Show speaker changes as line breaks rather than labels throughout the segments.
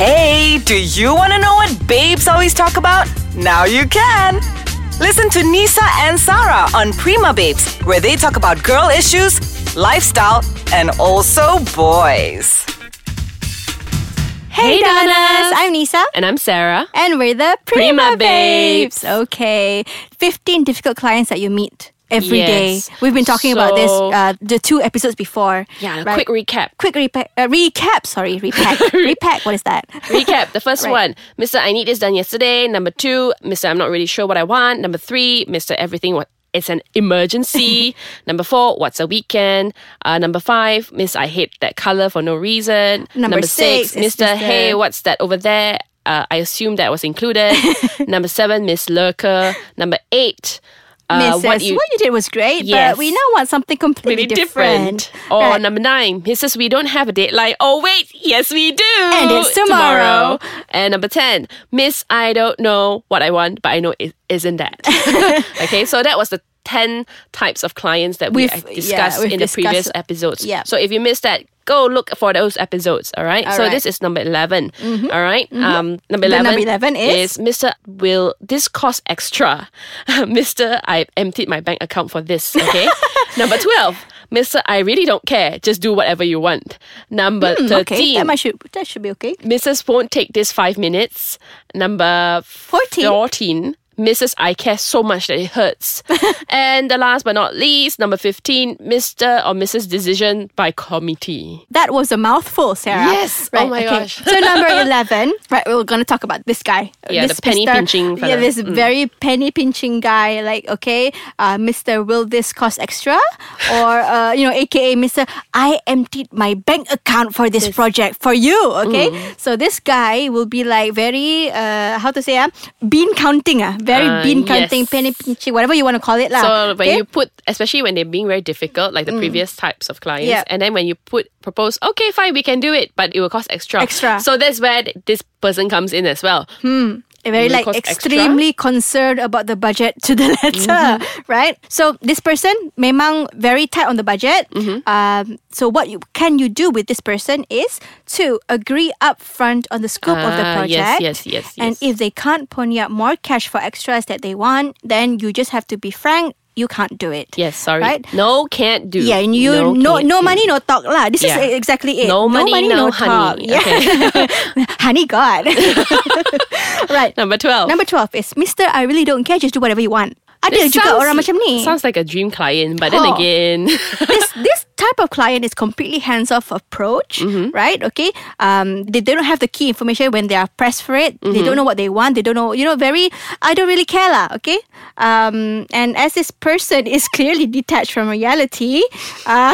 Hey, do you want to know what babes always talk about? Now you can. Listen to Nisa and Sarah on Prima Babes, where they talk about girl issues, lifestyle, and also boys.
Hey, Donnas! I'm Nisa.
And I'm Sarah.
And we're the
Prima
Prima,
Babes.
Babes. Okay. 15 difficult clients that you meet every day.
Yes.
We've been talking about this,
So-
uh, the two episodes before.
Yeah,
right?
quick recap.
Quick repa- uh, recap, sorry, repack. repack, what is that?
Recap. The first
Right.
one, Mr. I need this done yesterday. Number two, Mr. I'm not really sure what I want. Number three, Mr. Everything what it's an emergency. number four, what's a weekend? Uh, number five, Miss I hate that color for no reason.
Number six is
Mr.
Mr.
Hey, what's that over there? Uh, I assume that was included. number seven, Miss Lurker. Number eight, uh,
Mrs.
what you
did was great,
Yes.
but we now want something completely
really different. Oh,
different.
Or
Right.
number nine, he says we don't have a deadline. Oh wait, yes we do.
And it's tomorrow.
And number ten, Miss, I don't know what I want, but I know it isn't that. okay, so that was the ten types of clients that we
We've-
uh,
yeah,
discussed
we've
in the previous
discussed-
episodes.
yeah.
So if you missed that. Go look for those episodes, all right?
All
so
right. Mm-hmm.
this is number 11, all right? Um, number,
The
11
number 11 is-
Mr. Will this cost extra? Mr. I emptied my bank account for this, okay? Number 12. Mr. I really don't care. Just do whatever you want. Number
Hmm,
13.
okay, that, might should, that should be okay.
Mrs. won't take this five minutes. Number
14.
14. Mrs. I care so much that it hurts. and the last but not least, number 15. Mr. or Mrs. Decision by committee.
That was a mouthful, Sarah.
Yes. Oh my gosh.
so number eleven. Right, we we're gonna talk about this guy.
Yeah,
this
the mm. penny
Mr.
pinching
Yeah,
fella.
this very penny pinching guy. Like, okay, uh, Mister, will this cost extra? Or uh, you know, AKA Mister, I emptied my bank account for this, project for you.
Mm.
Okay, so this guy will be like very uh, how to say ah bean counting ah very
Uh,
bean
yes.
counting penny pinching whatever you want to call it lah.
So
Ah,
when
okay? Mm.
you put, especially when they're being very difficult, like the previous types of clients,
Yep.
and then when you put propose, okay, fine, we can do it, but it will cost extra.
Extra. Hmm.
So that's where th- this person comes in as well.
very
Will it
like
cost
extremely concerned about the budget to the letter,
Mm-hmm.
right? So this person memang very tight on the budget.
Mm-hmm.
Um, so what you, can you do with this person is to agree upfront on the scope of the
Ah, yes,
project.
yes, yes,
And
yes.
if they can't pony up more cash for extras that they want, then you just have to be frank. You can't do it.
Yes, sorry.
Right?
No, can't do.
Yeah, and you no no,
can't do.
money, no talk lah. This is e-
Yeah.
exactly it.
No money, no
talk.
honey.
Yeah. honey God. right.
Number 12.
Number 12 is Mister, I really don't care, just do whatever you want. Ada
This
juga
sounds-
orang macam ni.
Sounds like a dream client, but then
Oh.
again,
this this type of client is completely hands-off approach,
Mm-hmm.
right? Okay. Um they, they don't have the key information when they are pressed for it. They
Mm-hmm.
don't know what they want. They don't know, you know, very I don't really care lah, okay? Um and as this person is clearly detached from reality, uh,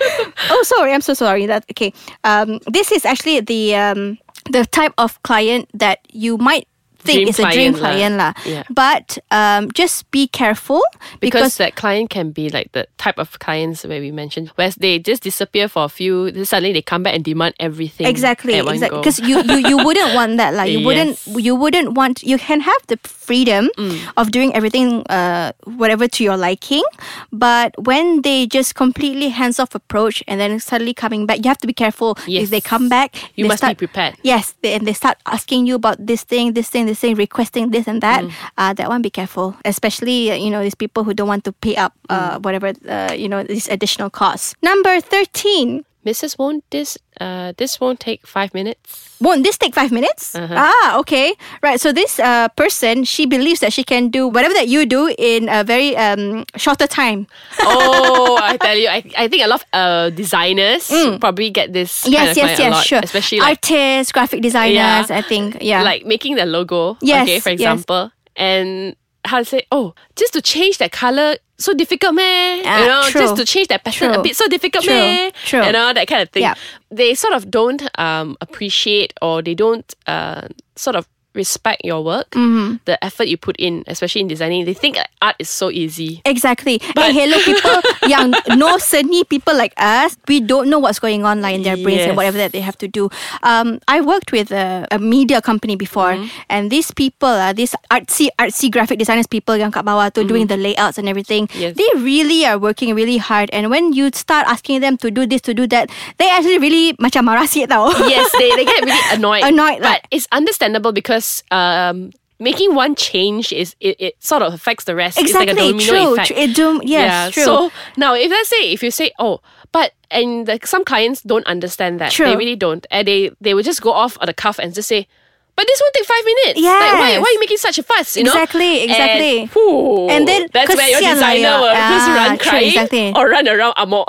oh sorry, I'm so sorry. That okay. Um this is actually the um the type of client that you might think
Dream
is a dream
client
client
lah.
lah.
Yeah.
But um just be careful
because that client can be like the type of clients where we mentioned, whereas they just disappear for a few, then suddenly they come back and demand everything.
exactly
at one
exactly
go.
because you, you you wouldn't want that like you wouldn't
Yes. Mm.
you wouldn't want you can have the freedom of doing everything uh whatever to your liking but when they just completely hands off approach and then suddenly coming back you have to be careful if
Yes.
they come back
You
they
must be
start-
prepared.
yes they, and they start asking you about this thing this thing this thing requesting this and
Mm.
that uh that one be careful especially uh, you know these people who don't want to pay up
Mm.
uh whatever uh, you know these additional costs number 13
Mrs. Won't this uh this won't take five minutes.
won't this take five minutes?
Uh-huh.
Ah, okay. Right. So this uh, person, she believes that she can do whatever that you do in a very um, shorter time.
Oh, I tell you, I, I think a lot of uh, designers probably get this. kind
Mm. Yes,
of
yes,
client a
yes,
lot,
sure.
Especially like
Artists, graphic designers, I think. Yeah.
like making the logo.
Yes,
okay, for
yes.
example, and how to say? Oh, just to change that color so difficult, man.
Ah,
you know,
true.
just to change that pattern a
True.
bit so difficult,
True,
man.
true.
You know that kind of thing.
Yeah.
They sort of don't um appreciate or they don't uh sort of respect your work,
Mm-hmm.
the effort you put in, especially in designing. They think like, art is so easy.
Exactly. and hello, people yang no seni people like us, we don't know what's going on like in their brains and
Yes.
whatever that they have to do. Um, I worked with a, a media company before,
Mm-hmm.
and these people, uh, these artsy artsy graphic designers people yang kat bawah tu doing the layouts and everything,
Mm-hmm. Yes.
they really are working really hard. And when you start asking them to do this, to do that, they actually really macam marah sikit tau.
yes, they, they get really annoyed.
Annoyed,
but
like-
it's understandable because um, making one change is it, it sort of affects the rest. it's like
Exactly,
a domino
true.
effect.
true. It do, yes, true.
So now, if let's say if you say, oh, but and like some clients don't understand that. They
True.
really don't, and they they will just go off on the cuff and just say. But this won't take five minutes. Like, why,
Yes.
why are you making such a fuss? You
Exactly,
know?
exactly.
And, whew,
And then,
that's where your
kesian lah
designer
you.
will just
Ah,
run
true,
crying
exactly.
or run around Amor.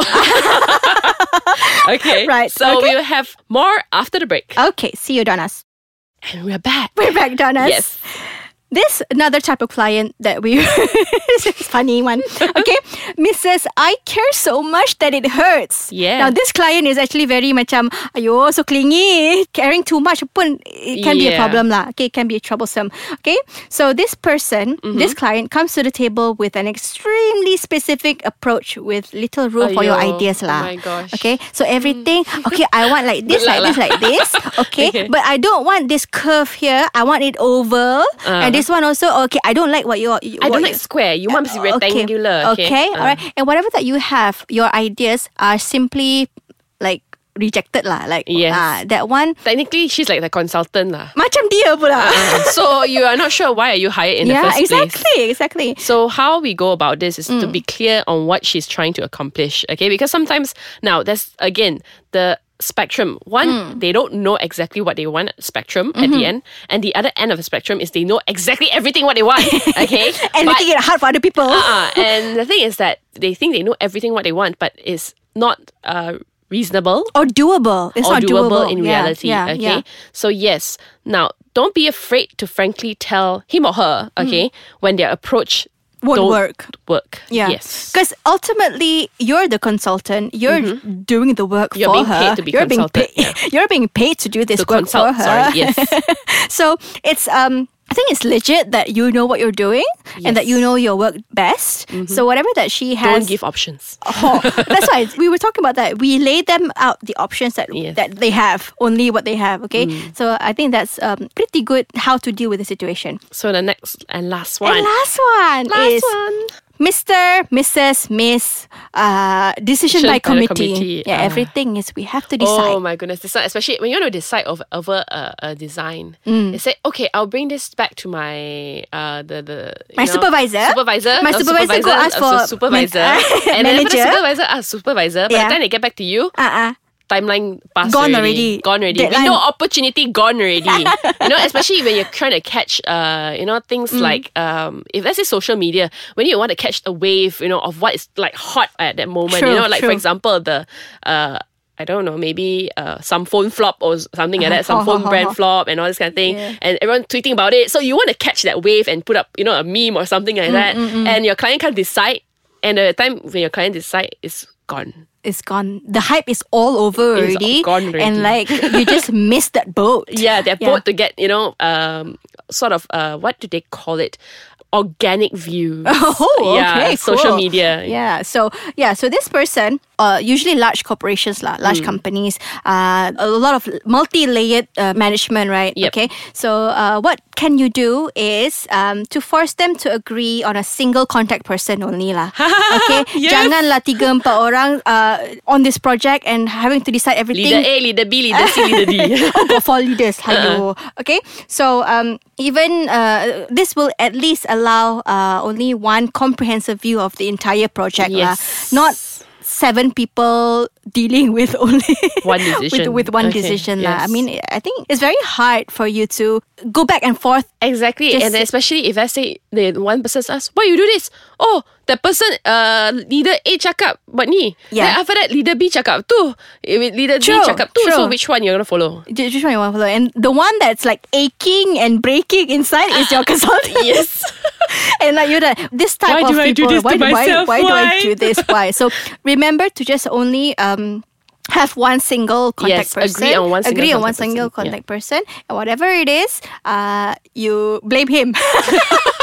okay.
Right,
So
okay.
we will have more after the break.
okay, see you, Donas.
And we're back.
We're back, Donas.
Yes.
This another type of client that we This is funny one. Okay. Mrs. I care so much that it hurts.
Yeah.
Now this client is actually very macam ayo so clingy. Caring too much pun it can be a
Yeah.
problem lah. Okay, it can be troublesome. Okay. So this person,
Mm-hmm.
this client comes to the table with an extremely specific approach with little room for your
Aiyo,
ideas
oh
lah.
my gosh.
Okay. So everything okay, I want like this,
Mm. luck
like this,
lah.
like this. Okay.
Okay.
But I don't want this curve here. I want it oval. And this one also, okay, I don't like what you're. You,
Uh-huh. I
what Oh,
don't like square. You want to be rectangular. Okay. Uh, Uh-huh.
all right. And whatever that you have, your ideas are simply like rejected lah. Like
Yes.
ah, that one.
Technically, she's like the consultant lah.
Macam dia pula.
so you are not sure why are you hired Uh-huh. in the
yeah,
first place.
exactly, Mm. exactly.
So how we go about this is to be clear on what she's trying to accomplish. Okay, because sometimes now there's again the spectrum. One,
Mm.
they don't know exactly what they want spectrum at the
Mm-hmm.
end, and the other end of the spectrum is they know exactly everything what they want. Okay,
And
But-
making it hard for other people.
uh, and the thing is that they think they know everything what they want, but it's not uh, reasonable
or doable. It's
or
not
doable,
doable
in
Yeah,
reality.
Yeah, yeah.
okay. So yes. Now don't be afraid to frankly tell him or her, okay, when their approach
Mm. Won't
don't
work.
Work.
Yeah.
Yes.
Because ultimately, you're the consultant. You're doing the work
Mm-hmm. You're
for
being
her.
paid to be
you're
consulted,
Being paid, You're being paid to do this
To
work
consult,
for her.
sorry, yes.
so it's um. I think it's legit that you know what you're doing and that you know your work best. So whatever that she has,
Mm-hmm. Don't give options.
Oh, that's why we were talking about that. We lay them out the options that
Yes. Mm.
that they have, only what they have. Okay, so I think that's um, pretty good how to deal with the situation.
So the next and last one.
And last one is
Last one.
Mr., Mrs., Miss, uh, decision
Decision
by
by the
committee.
committee,
Yeah,
ah.
everything is we have to decide.
Oh my goodness, this one, especially when you want to decide over, over a, a design.
Mm.
They say, okay, I'll bring this back to my uh the the
My
you know,
supervisor.
supervisor,
My
or
supervisor go ask
or su-
for
supervisor,
man-
and then for the
manager.
supervisor, ah supervisor. By
Yeah.
the time they get back to you,
Uh-uh.
timeline passed
Gone already.
Gone already.
Deadline.
Window opportunity gone already. you know, especially when you're trying to catch, uh, you know, things
Mm.
like um, if let's say social media, when you want to catch a wave, you know, of what is like hot at that moment.
True,
you know, like
true.
for example, the uh. I don't know, maybe uh, some phone flop or s- something like that, some
ho, ho,
phone
ho,
brand
ho.
flop and all this kind of thing, and everyone tweeting about it. So you want to catch that wave and put up, you know, a meme or
Mm,
something like that, and your client can't decide. And at the time when your client decide, it's gone.
It's gone. The hype is all over
It is
already.
gone already.
And like, you just missed that boat.
Yeah, they're
Yeah.
both to get, you know, um, sort of, uh, what do they call it? Organic views.
Oh,
yeah,
okay, cool.
social media.
Yeah, so yeah, so this person, uh, usually large corporations, lah, large
Hmm.
companies, uh, a lot of multi-layered uh, management, right?
Yep.
Okay, so uh, what can you do is um, to force them to agree on a single contact person only, lah. Okay,
Yes.
janganlah tiga empat orang uh, on this project and having to decide everything
Leader A, leader B, leader C, leader D.
oh, but for leaders, hello. Okay, so um, even uh, this will at least allow uh, only one comprehensive view of the entire project, lah.
Yes.
Not seven people dealing with only
One
with,
decision.
with one
Okay,
decision, lah. I
yes.
mean, I think it's very hard for you to go back and forth.
Exactly.
Just-
and especially if I say the one person asks, why you do this? Oh, that person, uh, leader A cakap, but ni.
Yeah.
Then after that, leader B cakap tu. Eh, wait, Leader
True,
D cakap tu.
true.
So which one you're going to follow?
Ju- Just one you want to follow, and the one that's like aching and breaking inside is your consultant.
Yes.
and like you're like this type
Why
of
do I do
people.
this to
why, do- why-
myself?
why do I
Why?
do this? Why? So remember to just only um. have one single contact
Yes,
person.
agree on one single
Agree on one
contact person.
single
Yeah.
contact person. And whatever it is, uh, you blame him.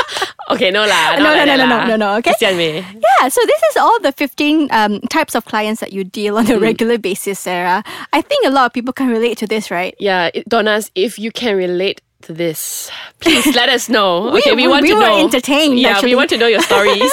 Okay, no lah.
No,
not
no,
like
no,
that
no,
lah.
no, no, no, okay?
Kesian weh.
Yeah, so this is all the 15 um, types of clients that you deal on a
Hmm.
regular basis, Sarah. I think a lot of people can relate to this, right?
Yeah, it- Donnas, if you can relate to this, please let us know.
We-
okay, we,
we-
want
we
to
were
know.
entertained,
Yeah,
actually.
we want to know your stories.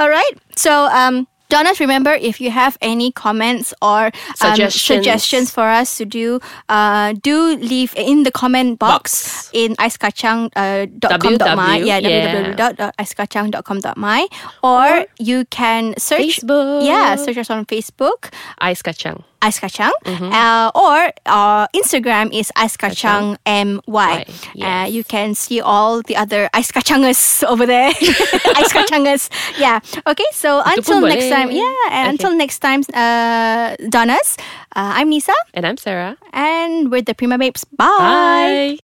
All right. So, um, Donnas, remember if you have any comments or um,
Suggestions.
suggestions for us to do, uh, do leave in the comment box,
Box.
in uh, icekacang.com.my.
www,
yeah,
yeah.
www.icekacang.com.my. Or, you can search.
Facebook.
Yeah, search us on Facebook.
Ice kacang.
Ice Kacang,
Mm-hmm.
uh, or uh, Instagram is Ice Kacang MY. Uh,
yes.
you can see all the other Ice Kacangers over there. ice Kacangers. Yeah. Okay, so until
pun
next
boleh.
time. Yeah, and
Okay.
until next time, uh, Donnas. Uh, I'm Nisa,
And I'm Sarah.
and we're the Prima Babes. Bye.
Bye.